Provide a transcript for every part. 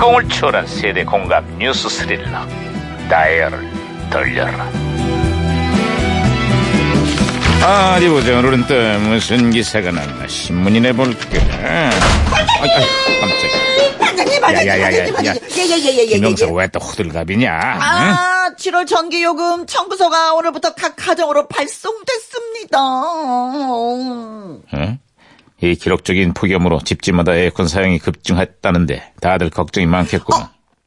꽁을 초월한 세대 공감 뉴스 스릴러 다이얼을 돌려라 아, 어디 보자 오늘은 또 무슨 기사가 났나 신문이나 볼까 아, 아이, 깜짝이야 반장님, 야, 반장님, 야, 야, 반장님, 야. 반장님. 예, 예, 예, 예, 예, 김영석 예. 왜또 호들갑이냐 응? 아, 7월 전기요금 청구서가 오늘부터 각 가정으로 발송됐습니다. 응? 어? 이 기록적인 폭염으로 집집마다 에어컨 사용이 급증했다는데 다들 걱정이 많겠고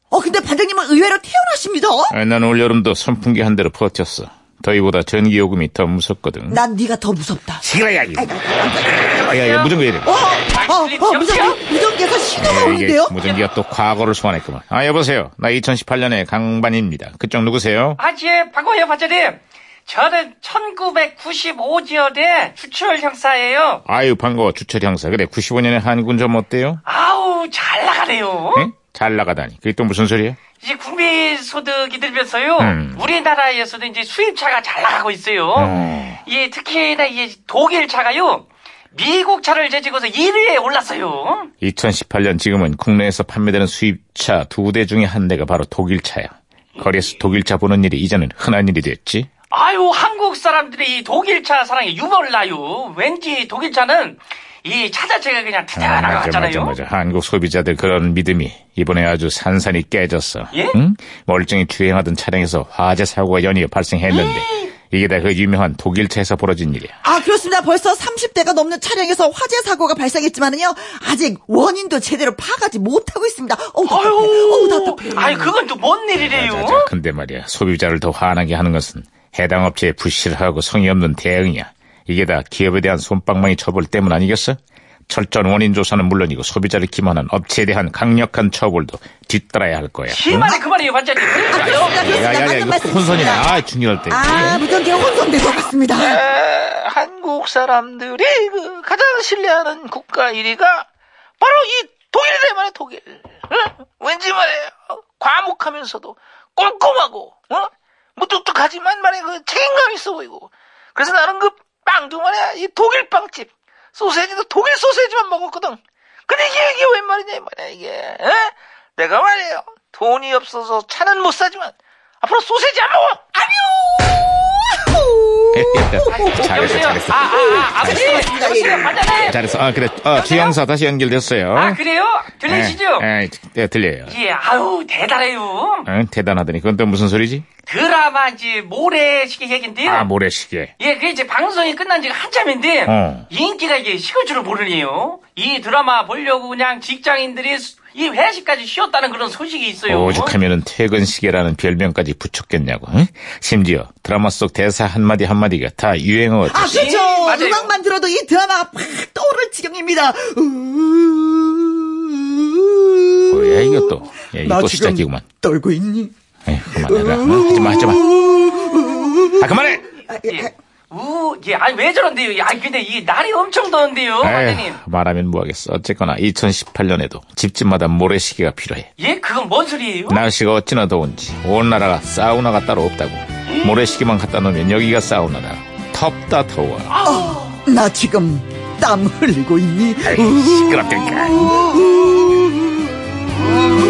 어, 근데 반장님은 의외로 태어나십니다. 아, 난 올여름도 선풍기 한 대로 버텼어 더위보다 전기요금이 더 무섭거든 난 네가 더 무섭다. 시끄러야 이거 아, 야야 무전기 이래 어, 어, 어, 무전기, 무전기에서 신호가 네, 이게 오는데요? 무전기가 또 과거를 소환했구만 아 여보세요 나 2018년의 강반입니다 그쪽 누구세요? 아, 예, 박호영 반장님. 저는 1995년에 주철 형사예요. 아유 반가워 주철 형사 그래 95년에 한군 좀 어때요? 아우, 잘 나가네요. 응? 잘 나가다니 그게 또 무슨 소리야? 이제 국민소득이 들면서요. 음. 우리나라에서는 이제 수입차가 잘 나가고 있어요. 어. 예, 특히나 이 독일차가요. 미국 차를 제치고서 1위에 올랐어요. 2018년 지금은 국내에서 판매되는 수입차 두 대 중에 한 대가 바로 독일차야. 거리에서 독일차 보는 일이 이제는 흔한 일이 됐지. 아유, 한국 사람들이 이 독일차 사랑에 유별나요. 왠지 독일차는 이 차 자체가 그냥 대단한 것 맞아, 같잖아요. 맞아, 맞아. 한국 소비자들 그런 믿음이 이번에 아주 산산이 깨졌어. 예? 응? 멀쩡히 주행하던 차량에서 화재 사고가 연이어 발생했는데 예? 이게 다 그 유명한 독일차에서 벌어진 일이야. 아, 그렇습니다. 벌써 30대가 넘는 차량에서 화재 사고가 발생했지만은요, 아직 원인도 제대로 파악하지 못하고 있습니다. 어우, 답답해. 어우, 아유, 답답해. 아니 그건 또 뭔 일이래요? 자, 자, 근데 말이야 소비자를 더 화나게 하는 것은 해당 업체의 부실하고 성의 없는 대응이야. 이게 다 기업에 대한 손방망이 처벌 때문 아니겠어? 철저한 원인 조사는 물론이고 소비자를 기만한 업체에 대한 강력한 처벌도 뒤따라야 할 거야. 실만이 그 말이에요, 반장님. 아, 그러니까요. 그렇습니다. 그렇습니다. 야야야 맞는 이거 말씀이십니다. 혼선이네. 아 중요할 때. 아, 무전기가 혼선된 것 같습니다. 한국 사람들이 그 가장 신뢰하는 국가 1위가 바로 이 독일 대만의 독일. 응? 왠지 말이에요. 과묵하면서도 꼼꼼하고, 어? 무뚝뚝하지만 말이야 그 책임감 있어 보이고. 그래서 나는 그 빵도 말이야 이 독일 빵집, 소세지도 독일 소세지만 먹었거든. 근데 이게 이게 웬 말이냐 이 말이야 이게. 에? 내가 말이에요 돈이 없어서 차는 못 사지만 앞으로 소세지 안 먹어. 잘했어 잘했어. 아, 아, 아, 아버지, 알겠습니다. 여보세요, 예. 반장님. 잘했어. 아 그래. 어, 주 형사 다시 연결됐어요. 아, 그래요? 들리시죠? 예, 예, 들려요. 예, 아유, 대단해요. 응, 대단하더니 그건 또 무슨 소리지? 드라마, 이제, 모래시계 얘긴데요. 아 모래시계. 예, 그게 이제 방송이 끝난 지가 한참인데, 어. 인기가 이게 식을 줄을 모르네요. 이 드라마 보려고 그냥 직장인들이 수- 이 회식까지 쉬었다는 그런 소식이 있어요. 오죽하면은 퇴근 시계라는 별명까지 붙였겠냐고. 응? 심지어 드라마 속 대사 한마디 한마디가 다 유행어. 아, 그렇죠. 예, 맞아요. 음악만 들어도 이 드라마가 팍 떠오를 지경입니다. 뭐야 어, 예, 이것도. 야, 이거 또 시작이구만. 떨고 있니? 에휴, 그만해라. 어? 하지마 하지마. 아 그만해. 예. 우, 예, 아니, 왜 저런데요? 아 근데 이 날이 엄청 더운데요, 에휴, 반장님. 말하면 뭐하겠어. 어쨌거나 2018년에도 집집마다 모래시계가 필요해. 예, 그건 뭔 소리예요? 날씨가 어찌나 더운지 온 나라가 사우나가 따로 없다고. 모래시계만 갖다 놓으면 여기가 사우나다. 덥다 더워. 나 지금 예, 땀 흘리고 있니? 에이, 시끄럽다니까. 우-